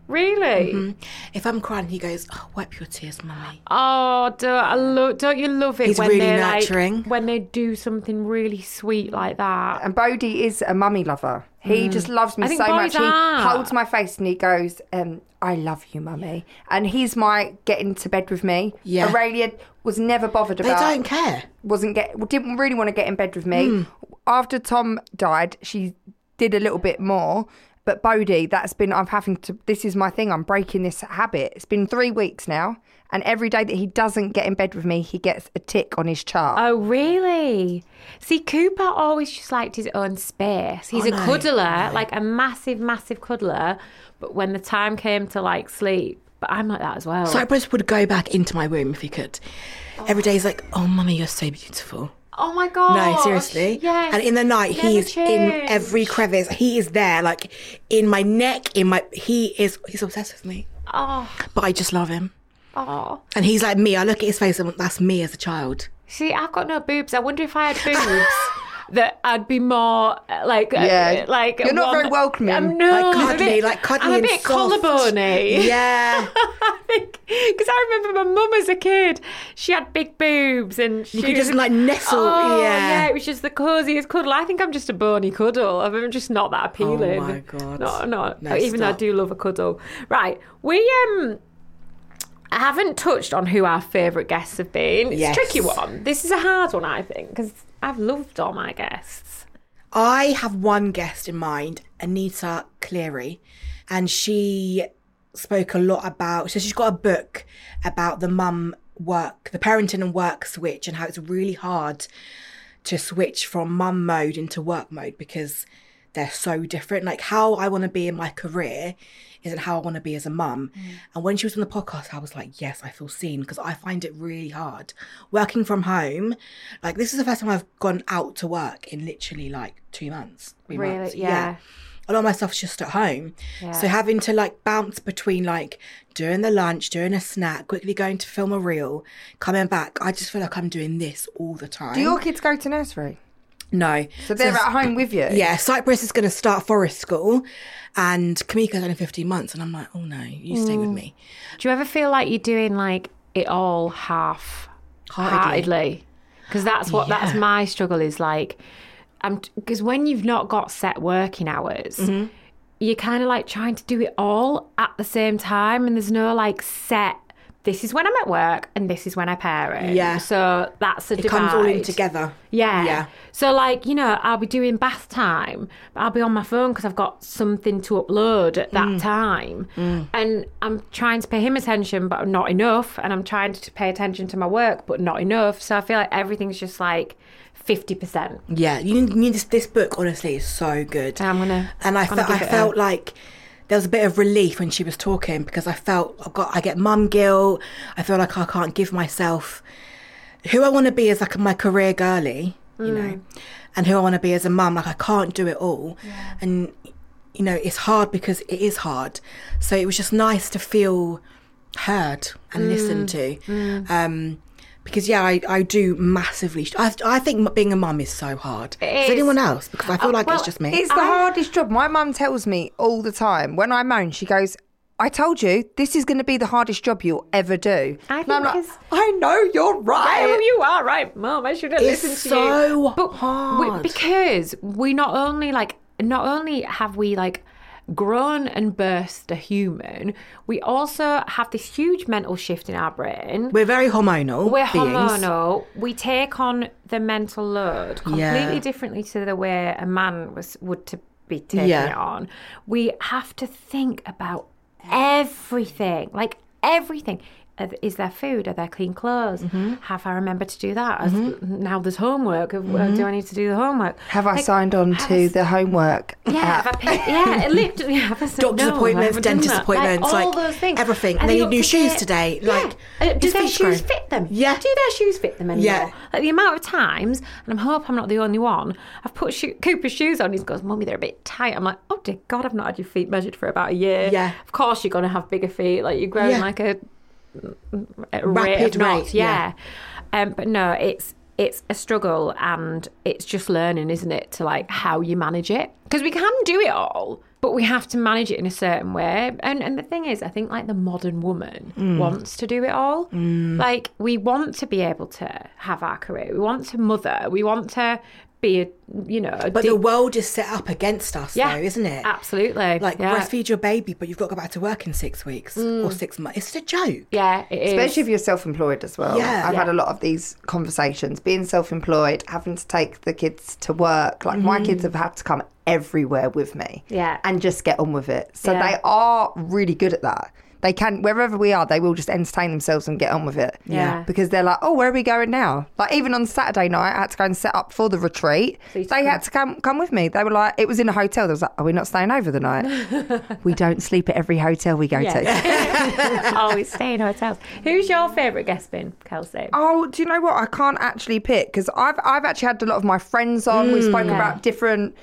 Really? Mm-hmm. If I'm crying, he goes, "Oh, wipe your tears, mummy." Oh, don't, I lo- don't you love it He's when really they're nurturing. like when they do something really sweet like that? And Bodie is a mummy lover. He just loves me I think so much. boys are. He holds my face and he goes, um, I love you, mummy. And he's my get into bed with me. Yeah. Aurelia was never bothered They about don't care. wasn't get didn't really want to get in bed with Hmm. me. After Tom died, she did a little bit more. But Bodie, that's been I'm having to this is my thing, I'm breaking this habit. It's been three weeks now, and every day that he doesn't get in bed with me, he gets a tick on his chart. Oh, really? See, Cooper always just liked his own space. Oh, He's a cuddler, like a massive, massive cuddler. But when the time came to like sleep, but I'm like that as well. Cyrus would go back into my room if he could. Every day he's like, "Oh, mummy, you're so beautiful." Oh my god! No, seriously. Yes. And in the night, he Never is in change. every crevice. He is there, like in my neck, in my. He is. He's obsessed with me. Oh, But I just love him. oh. And he's like me. I look at his face, and that's me as a child. See, I've got no boobs. I wonder if I had boobs. That I'd be more uh, like uh, Yeah. like You're not one- very welcoming. I'm no, Like I'm a cuddly, bit- like cuddly I'm a and bit soft. collarboney. Yeah. I think Because I remember my mum as a kid, she had big boobs and she You could was- just like nestle. Oh, yeah. it was just the coziest cuddle. I think I'm just a bony cuddle. I'm just not that appealing. Oh my God. No, no. No, even though I stop. do love a cuddle. Right, we um. haven't touched on who our favourite guests have been. It's Yes. a tricky one. This is a hard one, I think, because I've loved all my guests. I have one guest in mind, Anita Cleary, and she spoke a lot about. So she's got a book about the mum work, the parenting and work switch, and how it's really hard to switch from mum mode into work mode because they're so different. Like how I want to be in my career isn't how I want to be as a mum. Mm. And when she was on the podcast, I was like, yes, I feel seen because I find it really hard working from home. Like this is the first time I've gone out to work in literally like two months, three Really? months. Yeah. A lot of my stuff's just at home. So having to like bounce between like doing the lunch, doing a snack, quickly going to film a reel, coming back, I just feel like I'm doing this all the time. Do your kids go to nursery? no. So they're at home with you? Yeah, Cyprus is going to start forest school, and Kamika's only 15 months, and I'm like, oh no, you stay with me. Do you ever feel like you're doing like it all half heartedly? Because that's what that's my struggle is like. I'm because when you've not got set working hours, Mm-hmm. you're kind of like trying to do it all at the same time, and there's no like set. This is when I'm at work, and this is when I parent. Yeah. so that's a It comes all in divide. together. Yeah. Yeah. So, like, you know, I'll be doing bath time, but I'll be on my phone because I've got something to upload at Mm. that time. And I'm trying to pay him attention, but not enough. And I'm trying to pay attention to my work, but not enough. So I feel like everything's just like 50%. Yeah, you need, you need this, this book. Honestly, is so good. I'm gonna- And I I'm gonna felt I give it a- felt like there was a bit of relief when she was talking because I felt I got I get mum guilt. I feel like I can't give myself who I want to be as like my career girly, you Mm. know, and who I want to be as a mum. Like I can't do it all, and you know it's hard because it is hard. So it was just nice to feel heard Mm. and listened to. Um, because yeah, I, I do massively. I, I think being a mum is so hard. Is anyone else? Because I feel like Uh, well, it's just me. It's the hardest job. My mum tells me all the time when I moan, she goes, I told you this is going to be the hardest job you'll ever do. I And I'm think like, it's- I know you're right. Oh, you are right, Mum. I should have It's listened to you. so we- hard. because we not only like not only have we like grown and burst a human, we also have this huge mental shift in our brain. We're very hormonal. We're beings. hormonal. We take on the mental load completely Yeah. differently to the way a man was would to be taking Yeah. it on. We have to think about everything, like everything. Uh, Is there food? Are there clean clothes? Mm-hmm. Have I remembered to do that? Has- Now there's homework. Uh, Do I need to do the homework? Mm-hmm. have I Like, signed on have I to the homework? yeah, app? have I paid, yeah, it literally. Have I said Uh, Doctor's no, I appointments, haven't done dentist that? appointments, all like, those things. everything. And They the need new up to shoes date- today, Yeah. like, Uh, do it's their been shoes screwed. fit them? Yeah. do their shoes fit them anymore? Yeah. Like the amount of times, and I hope I'm not the only one. I've put shoe, Cooper's shoes on. He goes, "Mummy, they're a bit tight." I'm like, "Oh dear God, I've not had your feet measured for about a year." Yeah. of course you're gonna have bigger feet. Like you're growing Yeah. like a, a rate Rapid of knots. rate, Yeah. yeah. Um, but no, it's it's a struggle, and it's just learning, isn't it, to like how you manage it because we can do it all, but we have to manage it in a certain way. And and the thing is, I think like the modern woman Mm. wants to do it all. Like we want to be able to have our career, we want to mother, we want to be a you know, a But deep- the world is set up against us, Yeah, Uh, though, isn't it? absolutely. Like Yeah. breastfeed your baby, but you've got to go back to work in six weeks or six months. It's a joke. yeah, it is. Especially if you're self employed as well. Yeah. I've Yeah. had a lot of these conversations. Being self employed, having to take the kids to work. Like my kids have had to come everywhere with me. Mm. Yeah. And just get on with it. So Yeah. they are really good at that. They can wherever we are, they will just entertain themselves and get on with it. Yeah. Because they're like, Oh, where are we going now? Like even on Saturday night I had to go and set up for the retreat. they had to come come with me. They were like it was in a hotel. They was like, Are we not staying over the night? we don't sleep at every hotel we go to. always stay in hotels. Who's your favourite guest been, Kelsey? Oh, do you know what? I can't actually pick because I've I've actually had a lot of my friends on. we spoke about different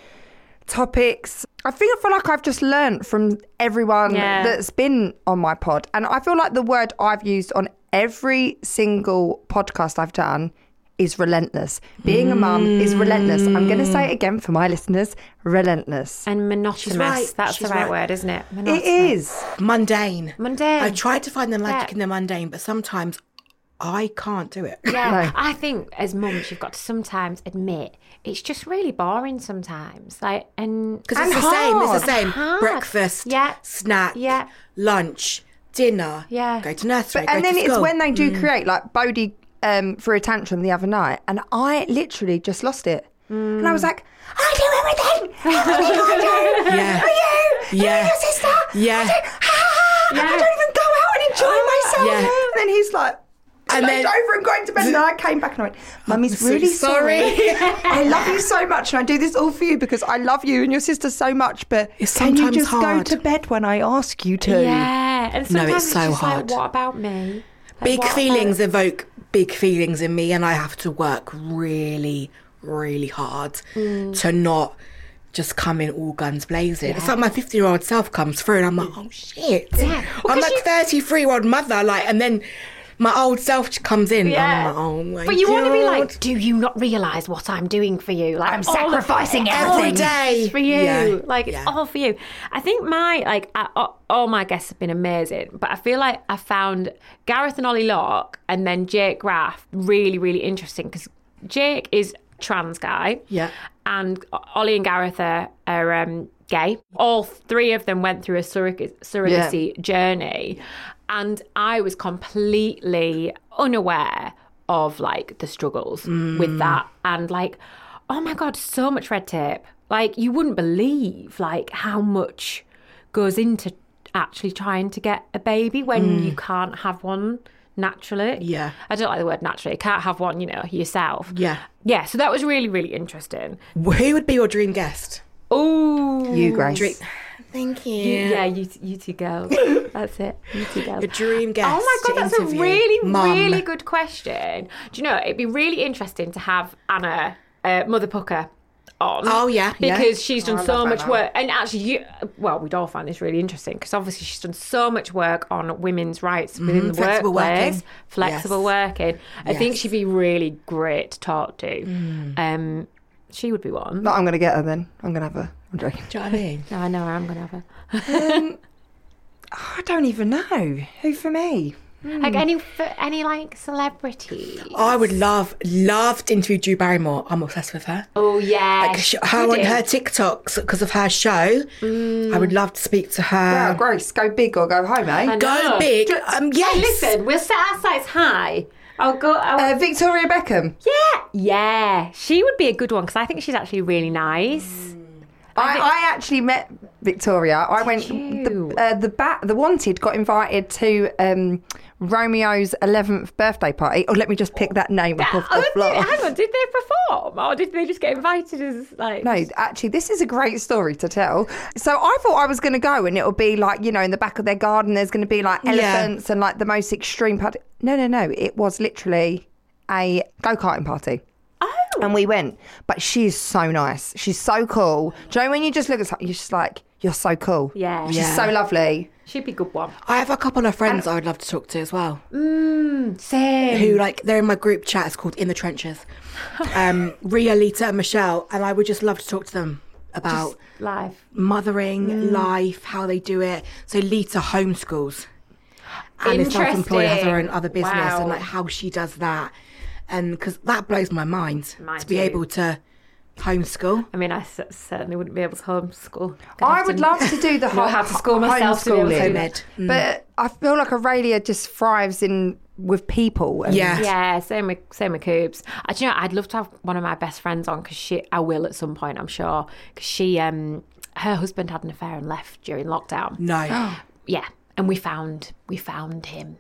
topics. I feel feel like I've just learnt from everyone Yeah. that's been on my pod, and I feel like the word I've used on every single podcast I've done is relentless. Being a mum is relentless. I'm going to say it again for my listeners relentless. And monotonous. right. That's She's the right, right. word, isn't it? It is. Mundane. Mundane. I tried to find the magic Yeah. in the mundane, but sometimes I can't do it. Yeah, No. I think as mums, you've got to sometimes admit it's just really boring sometimes. Like, and Because it's And the same. It's the hard. same. Hard. Breakfast, Yeah. snack, Yeah. lunch, dinner, Yeah. go to nursery, But, and go Mm. then to it's school. when they do create, like Bodhi um, for a tantrum the other night, and I literally just lost it. And Mm. I was like, I do everything. Everything I do. Yeah. For you. you Yeah. and your sister. Yeah. Oh, I do, I don't even go out and enjoy myself. Yeah. And then he's like, And and then- then over and going to bed. And I came back and I went, Mummy's so really sorry." sorry. I love you so much, and I do this all for you because I love you and your sister so much. But It's can you sometimes just hard. go to bed when I ask you to? yeah, and sometimes it's so just hard. Like, what about me? Like, Big what um, about- feelings evoke big feelings in me, and I have to work really, really hard Mm. to not just come in all guns blazing. It's like my 50 year old self comes through, and I'm like, oh shit. Well, I'm 'cause like you- 33 year old mother, like, and then my old self comes in, and Yeah. I'm like, oh my But you God. want to be like, do you not realise what I'm doing for you? Like I'm sacrificing everything. Every day. for you. Yeah, Like it's yeah. all for you. I think my like I, all- all my guests have been amazing, but I feel like I found Gareth and Ollie Locke and then Jake Raff really really interesting because Jake is trans guy. Yeah. and Ollie and Gareth are, are um, gay. All three of them went through a surrog- surrogacy journey, and I was completely unaware of like the struggles with that, and like, oh my god, so much red tape. Like you wouldn't believe like how much goes into actually trying to get a baby when you can't have one naturally. Yeah. I don't like the word naturally. Can't have one, you know, yourself. Yeah. Yeah, so that was really, really interesting. who would be your dream guest? Oh, You, Grace. Thank you. yeah, you, you two girls. That's it. You two girls. Your dream guest. Oh my to god, that's a interview. really, Mum. really good question. Do you know it'd be really interesting to have Anna uh, Mother Pucker on? Oh, yeah, yeah. because she's done so much work, and actually, you, well, we'd all find this really interesting because obviously she's done so much work on women's rights within the Mm-hmm. flexible workplace, working. flexible working. I think she'd be really great to talk to. Mm. Um, she would be one. But I'm going to get her then. I'm going to have her. I'm joking. Do you know what I mean? No, I know I'm gonna have her. I don't even know who for me. Like any f- any like celebrity. I would love, love to interview Drew Barrymore. I'm obsessed with her. Oh yeah, Like sh- her on her TikToks because of her show. I would love to speak to her. Wow, Grace, go big or go home, eh? Go No. big. Um, yes. Listen, we'll set our sights high. I'll go. I'll, Uh, Victoria Beckham. yeah, Um, yeah. She would be a good one because I think she's actually really nice. I, I actually met Victoria. I went. you? The, uh, the bat, the wanted, got invited to um, Romeo's eleventh birthday party. Oh, let me just pick that name up off Oh, the did- floor. hang on, did they perform or did they just get invited as like? No, actually, this is a great story to tell. So I thought I was going to go, and it'll be like you know, in the back of their garden, there's going to be like elephants and like the most extreme party. No, no, no. It was literally a go karting party. Oh. And we went, but she is so nice. She's so cool. Joe, when you just look at her, you're just like, you're so cool. Yeah. she's so lovely. She'd be a good one. I have a couple of friends I would love to talk to as well. Mm, Same. Who like they're in my group chat. It's called In the Trenches. Um, Ria, Lita, and Michelle, and I would just love to talk to them about Life. mothering, Hmm. life, how they do it. So Lita homeschools. And is self-employed, has her own other business, Wow. and like how she does that, and because that blows my mind Mine to be too. able to homeschool. I mean, I s- certainly wouldn't be able to homeschool. I would love to do the know whole how to school myself to be able to do homeschooling, that. Mm. but I feel like Aurelia just thrives in with people. And Yeah. Yeah, same with same with Coops. I, do you know, I'd love to have one of my best friends on because she, I will at some point, I'm sure. Because she, um, her husband had an affair and left during lockdown. No. Yeah, and we found we found him,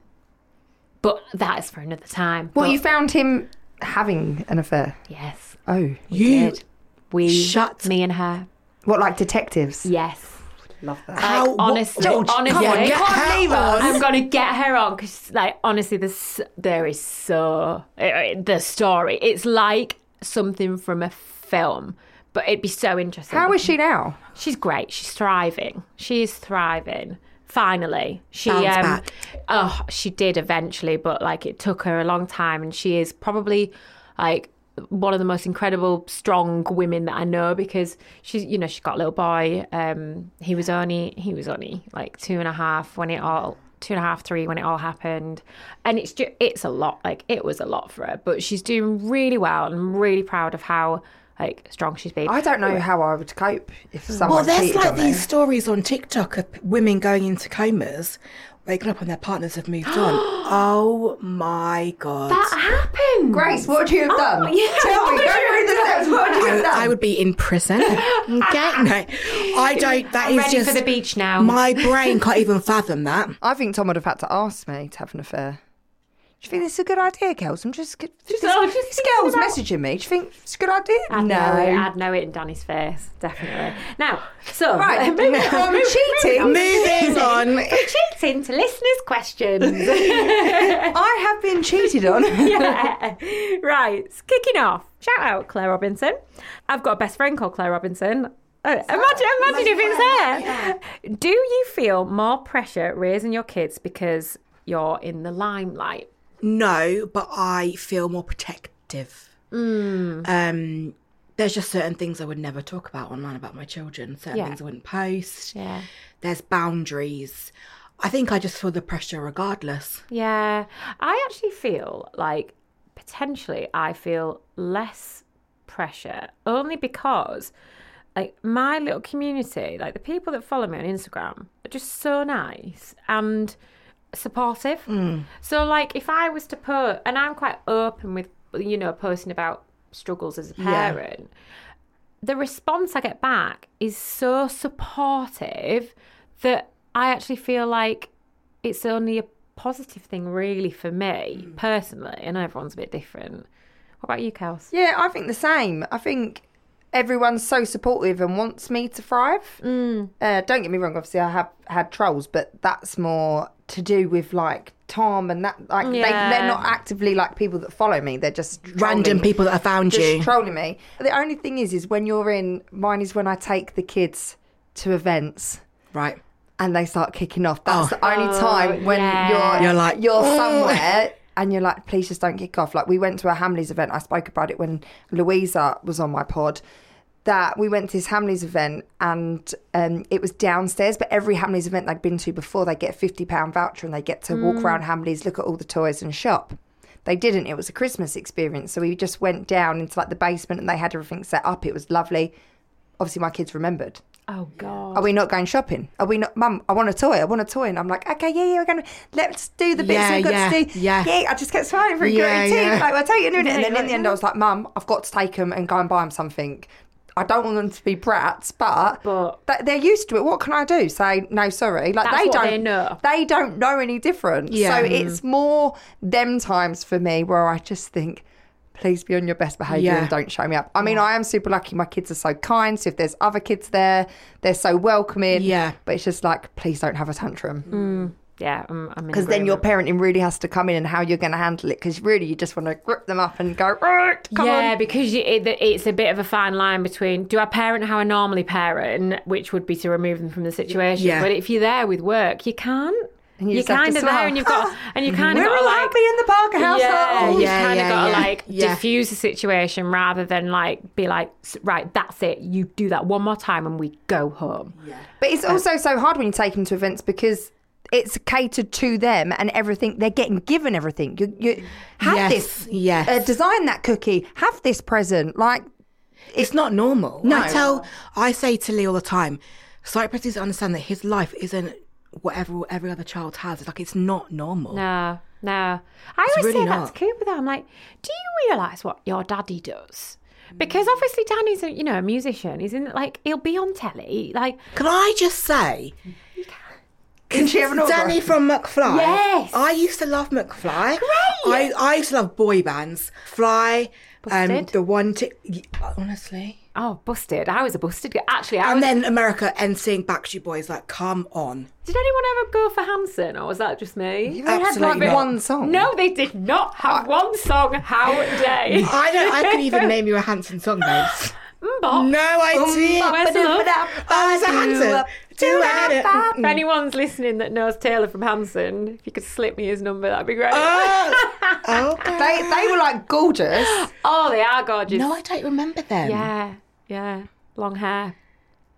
but that is for another time. Well, But- you found him having an affair. yes, Oh, we did. We shut- me and her. what like detectives? Yes. How, what- honestly, what- honestly, Yeah, get her on. I'm gonna get her on because, like, honestly, this there is so eh, the story. It's like something from a film, but it'd be so interesting. How is she now? She's great. She's thriving. She is thriving. Finally, she Bounce um, back. oh, she did eventually, but like it took her a long time, and she is probably like one of the most incredible strong women that I know because she's you know she's got a little boy um he was only he was only like two and a half when it all two and a half three when it all happened and it's just it's a lot like it was a lot for her but she's doing really well and I'm really proud of how like strong she's been I don't know how I would cope if someone Well, there's cheated like on me. these stories on TikTok of women going into comas, waking up and their partners have moved on. oh my god! that happened Grace, what would you have done? yeah, Tell what me, would go you through the steps. What would you have done? I would be in prison. okay, no, I don't. That I'm is ready for just the beach now. My brain can't even fathom that. I think Tom would have had to ask me to have an affair. Do you think this is a good idea, girls? I'm just. this, oh, just this thinking girl's about- messaging me. Do you think it's a good idea? I'd know it. I'd know it in Danny's face, definitely. Now, so uh, Right, moving I'm on, moving cheating. on. Moving on. From cheating to listeners' questions. I have been cheated on. Yeah. Right, it's kicking off. Shout out Claire Robinson. I've got a best friend called Claire Robinson. Oh, imagine, imagine if it's her. Do you feel more pressure raising your kids because you're in the limelight? No, but I feel more protective. Hmm. Um, there's just certain things I would never talk about online about my children. Certain Yeah. things I wouldn't post. Yeah. There's boundaries. I think I just feel the pressure regardless. Yeah, I actually feel like potentially I feel less pressure only because like my little community, like the people that follow me on Instagram are just so nice and supportive. So like if I was to put and I'm quite open with you know posting about struggles as a parent the response I get back is so supportive that I actually feel like it's only a positive thing, really, for me Hmm. personally. I know everyone's a bit different. What about you, Kels? Yeah, I think the same. I think everyone's so supportive and wants me to thrive. Mm. Uh, don't get me wrong, obviously, I have had trolls, but that's more to do with like Tom and that. Like, Yeah. they, they're not actively like people that follow me, they're just Random trolling- people that have found just you. trolling me. The only thing is, is when you're in mine is when I take the kids to events right. and they start kicking off. That's Oh. the only time when yeah. you're You're like, you're somewhere and you're like, please just don't kick off. Like we went to a Hamleys event. I spoke about it when Louisa was on my pod. That we went to this Hamleys event and um, it was downstairs, but every Hamleys event they'd been to before, they get a fifty pound voucher and they get to walk around Hamleys, look at all the toys and shop. They didn't. It was a Christmas experience, so we just went down into like the basement and they had everything set up. It was lovely. Obviously, my kids remembered Oh, God. are we not going shopping? Are we not, Mum? I want a toy. I want a toy, and I'm like, okay, yeah, yeah, we're gonna let's do the bits Yeah, we've got yeah, to do. yeah. I just kept smiling for a yeah, Yeah, yeah. Like, I'll tell you in a minute. And then in the end, I was like, Mum, I've got to take them and go and buy them something. I don't want them to be brats, but, But- th- they're used to it. What can I do? Say no, sorry. Like That's they what don't they know. They don't know any different. Yeah. So Mm. it's more them times for me where I just think. Please be on your best behaviour Yeah. and don't show me up. I mean, I am super lucky. My kids are so kind. So if there's other kids there, they're so welcoming. Yeah. But it's just like, please don't have a Mm. tantrum. yeah, I'm, I'm in Because then your agreement. parenting really has to come in and how you're going to handle it. Because really, you just want to grip them up and go, right, come yeah, on. because you, it, it's a bit of a fine line between do I parent how I normally parent, which would be to remove them from the situation. Yeah. But if you're there with work, you can't. And you are just have to kind of there, smile. and you've got, and you kind of We're got all to like happy in the Parker Yeah, household. you Yeah, kind of yeah, got to yeah. like Yeah. diffuse the situation rather than like be like, "S- right, that's it. You do that one more time and we go home. But it's also so hard when you take them to events because it's catered to them and everything. They're getting given everything. You, you have Yes, this, yes. uh, design that cookie, have this present. Like, It's not normal. No. I tell, I say to Lee all the time, Cypress needs to understand that his life isn't whatever every other child has. It's like it's not normal. No, no. I always really say that not. to Cooper though. I'm like, do you realise what your daddy does? Because obviously Danny's a you know a musician. He's in like he'll be on telly. Like Can I just say? Can she have an autograph? Danny from McFly. Yes. I used to love McFly. Great. I, I used to love boy bands. Fly, um, Busted. the one to honestly. oh busted. I was a busted girl. Actually, I And was, then America and seeing Backstreet Boys. Like, come on. did anyone ever go for Hanson or was that just me? they had like Absolutely not. one song. No, they did not have one song. How dare? I don't. I could even name you a Hanson song, babes. Mbop. Oh, No, I did. Where's the love? Oh, is it Hanson? do edit. If anyone's listening that knows Taylor from Hanson, if you could slip me his number, that'd be great. Uh, Okay. They, they were like gorgeous. oh, they are gorgeous. No, I don't remember them. yeah, yeah. Long hair.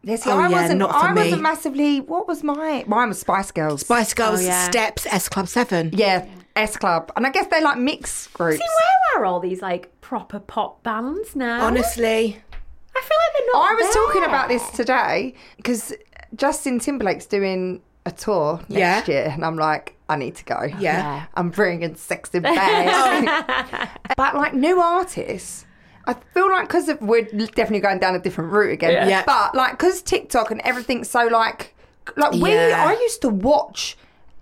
Yeah, see, Oh, I yeah, wasn't. not for I me. wasn't massively. What was my? Mine was Spice Girls. Spice Girls, Oh, yeah. Steps, S Club 7. yeah, S Club, and I guess they're like mixed groups. See, where are all these like proper pop bands now? Honestly. I feel like they're not. I was talking there. about this today because Justin Timberlake's doing a tour Yeah. next year, and I'm like, I need to go. Yeah. I'm bringing sexy back. but like new artists. I feel like because we're definitely going down a different route again. Yeah. Yeah. But like because TikTok and everything's so like like we Yeah. I used to watch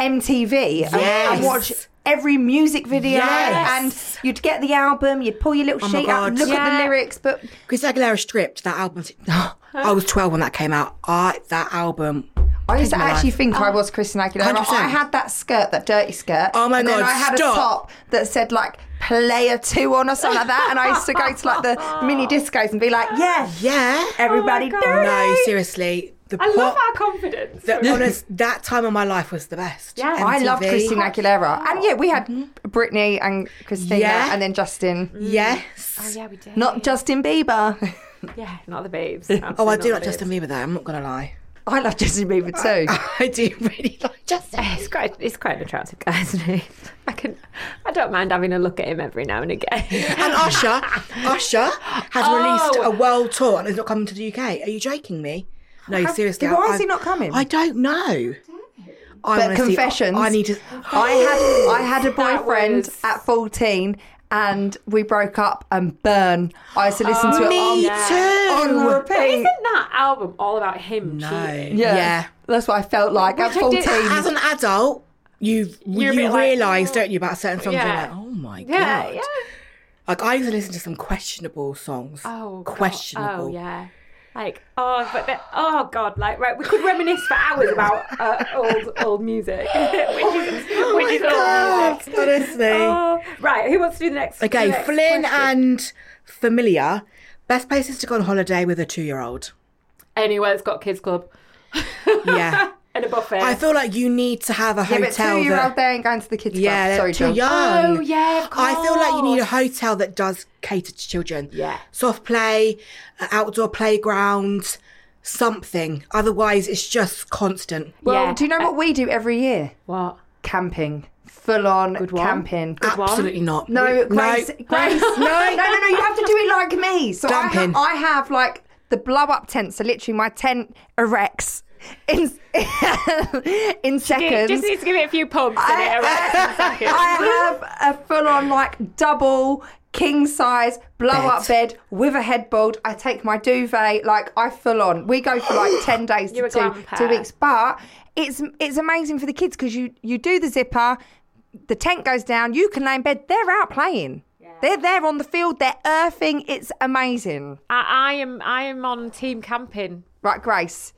MTV and- Yes. and watch every music video Yes. Oh and you'd get the album, you'd pull your my little sheet out, God. look at Yeah. the lyrics, but Chris Aguilera stripped that album. I was 12 when that came out. I that album. I used to my actually think I was Christina Aguilera. 100%. I had that skirt, that dirty skirt. Oh my and God, Then I had stop. a top that said like "Player Two on or something like that, and I used to go to like the mini discos and be like, "Yeah, Yeah. everybody God. dirty." No, seriously. The I love pop- our confidence. the- honest, that time of my life was the best. Yeah. I loved MTV. Christina Aguilera, and yeah, we had Britney and Christina, Mm-hmm. Yeah. and then Justin, Yes. Oh, yeah, we did. not Justin Bieber. Yeah, not the babes. Oh, I Absolutely do not like the Justin Bieber though. I'm not gonna lie. I love Justin Bieber too. I do really like Justin. babes. He's quite, he's quite an attractive guy, isn't he? I can, I don't mind having a look at him every now and again. And Usher, Usher has Oh. released a world tour and is not coming to the UK. Are you joking me? No, seriously. Why I- is he not coming? I don't know. I But honestly- confessions. I need to. Oh. I had I had a boyfriend was- at fourteen, and we broke up. And burn. I used to listen to it Me on, too. on repeat. Isn't that album all about him cheating? Yeah. That's what I felt like at Which I did- 14. As an adult, you You're a bit you like, "Oh." realise, don't you, about certain songs? Yeah. You're like, oh my Yeah, god. yeah. Like I used to listen to some questionable songs. Oh, God. questionable. Oh, yeah. Like, oh, but the, oh, God, like, right, we could reminisce for hours about uh, old old music, which is, which is old music. Honestly. Oh, right, who wants to do the next? Okay, the next Flynn question? and Familiar. Best places to go on holiday with a two-year-old. anywhere that's got kids club. Yeah. and a buffet. I feel like you need to have a yeah, hotel. but two year old, that, they ain't going to the kids' yeah, club. they're Sorry, too Jill. young. Oh, yeah, of I feel like you need a course. hotel that does cater to children. Yeah. soft play, uh, outdoor playground, something. Otherwise, it's just constant. Well, Yeah. do you know what we do every year? what? Camping. Full on one. camping. Ah, one. Absolutely not. No, Grace. no. Grace. no. no, no, no. You have to do it like me. So I, ha- Dumping. I have like the blow up tent. So literally, my tent erects in, in seconds. Just need to give it a few pumps. and it erects in seconds. I have a full on like double king size blow up bed with a headboard. I take my duvet, like I full on. We go for like ten days You're to a two, glam pair. two weeks, but it's it's amazing for the kids because you you do the zipper, the tent goes down, you can lay in bed. They're out playing. They're there on the field. They're earthing. It's amazing. I, I am. I am on team camping. Right, Grace,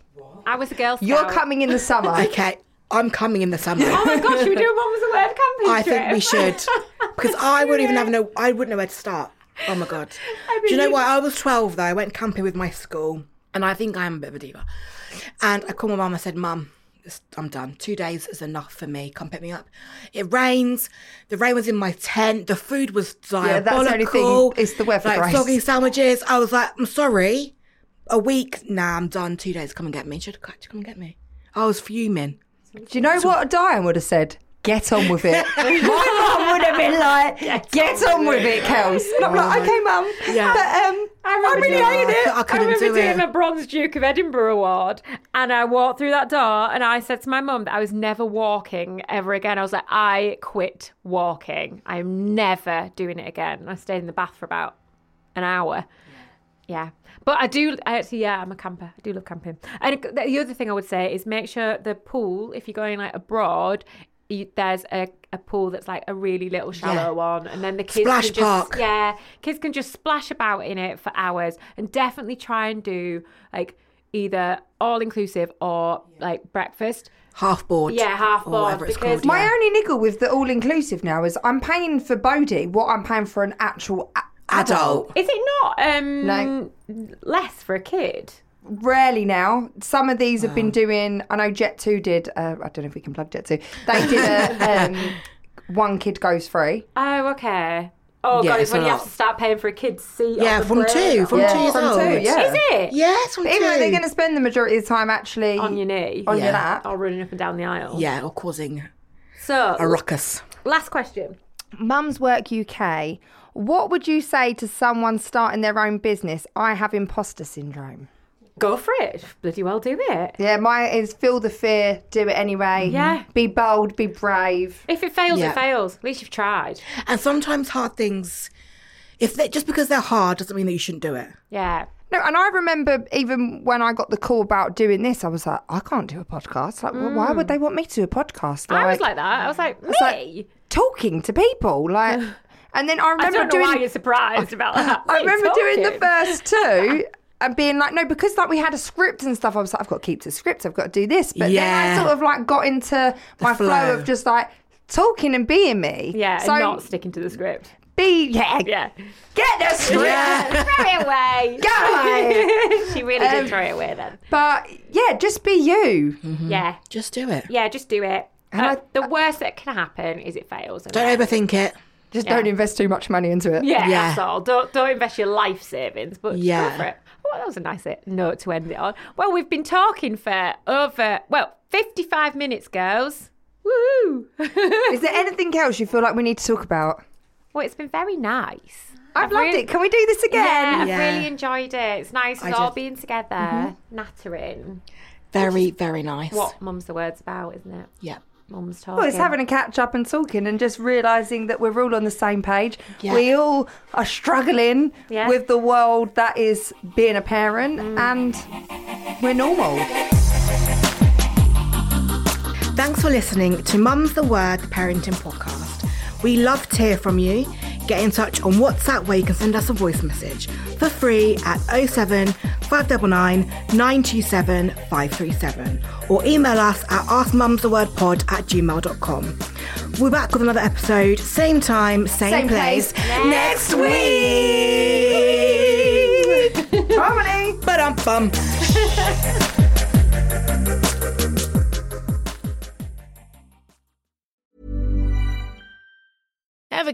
I was a girl. Scout. you're coming in the summer. Okay, I'm coming in the summer. Oh my gosh, should we do a mum's word camping I trip? think we should because I wouldn't even have no. I wouldn't know where to start. Oh my god! Do you know what? I was twelve though. I went camping with my school, and I think I am a bit of a diva. And I called my mum. I said, "Mum, this- I'm done. Two days is enough for me. Come pick me up. It rains. The rain was in my tent. The food was Yeah, diabolical. that's the only thing. It's the weather, Like Grace. soggy sandwiches. I was like, I'm sorry. A week. Nah, I'm done. Two days. Come and get me. Should come and get me. I was fuming. Do you know what Diane would have said? Get on with it. My mum would have been like, get, on with it, Kels. And I'm like, okay, mum. Yeah. But um, I remember really doing- hate it. I couldn't remember do it. doing a Bronze Duke of Edinburgh award, and I walked through that door, and I said to my mum that I was never walking ever again. I was like, I quit walking. I'm never doing it again. And I stayed in the bath for about an hour. Yeah. But I do, I actually, yeah, I'm a camper. I do love camping. And the other thing I would say is make sure the pool, if you're going like abroad, you, there's a, a pool that's like a really little shallow one. And then the kids Splash can just, park. Yeah. Kids can just splash about in it for hours and definitely try and do like either all inclusive or like breakfast. Half board. Yeah, half or board, whatever it's because called. my yeah. only niggle with the all inclusive now is I'm paying for Bodhi what I'm paying for an actual a- adult. adult. Is it not um No. less for a kid? rarely now. Some of these have been doing. I know Jet Two did. Uh, I don't know if we can plug Jet Two. They did a um, one kid goes free. Oh, okay. Oh Yeah, god, it's it's when a you have lot. to start paying for a kid's seat. Yeah, on the from plane. two, from Yeah, two years from old. two, yeah. Is it? Yes, from Even though two. they're going to spend the majority of the time actually On your knee. on Yeah. your lap. Or running up and down the aisle. Yeah, or causing a So, ruckus. last question. Mum's Work UK. What would you say to someone starting their own business? I have imposter syndrome. Go for it. Bloody well do it. Yeah, mine is feel the fear, do it anyway. Yeah. Be bold, be brave. If it fails, Yeah. it fails. At least you've tried. And sometimes hard things, if they just because they're hard doesn't mean that you shouldn't do it. Yeah. No, and I remember even when I got the call about doing this, I was like, I can't do a podcast. Like, wh- why would they want me to do a podcast? Mm. I was like that. I was like, me. it's like talking to people, like. And then I remember I don't know doing. why you're surprised about that. I Me remember doing the talking. first two and being like, no, because like we had a script and stuff. I was like, I've got to keep to the script. I've got to do this. But then I Yeah. sort of like got into my flow. flow. of just like talking and being me. Yeah, So and not sticking to the script. be yeah, Yeah. get the script. Throw it away. Go. Um, she really did throw it away then. But yeah, just be you. Yeah. Just do it. Yeah, just do it. And Uh, I- the worst that can happen is it fails. and Don't overthink it. Just don't invest too much money into it. Yeah, Yeah. that's all. Don't don't invest your life savings, but just Yeah. go for it. Well, that was a nice eh, note to end it on. Well, we've been talking for over well fifty five minutes, girls. Woo! Is there anything else you feel like we need to talk about? well, it's been very nice. I've loved really- it. Can we do this again? Yeah, Yeah. I've really enjoyed it. It's nice us I all just- being together, nattering. Very, very nice. What mum's the words about, isn't it? Yeah. Mum's talking. Well, it's having a catch up and talking and just realizing that we're all on the same page. Yeah. We all are struggling Yeah. Mm. with the world that is being a parent, and we're normal. Thanks for listening to Mum's the Word the Parenting Podcast. We love to hear from you. Get in touch on WhatsApp where you can send us a voice message for free at 07 599 927 537 or email us at askmumsthewordpod at gmail.com. We're back with another episode, same time, same, Same place, place, next week. Harmony. Ba-dum bum. Ever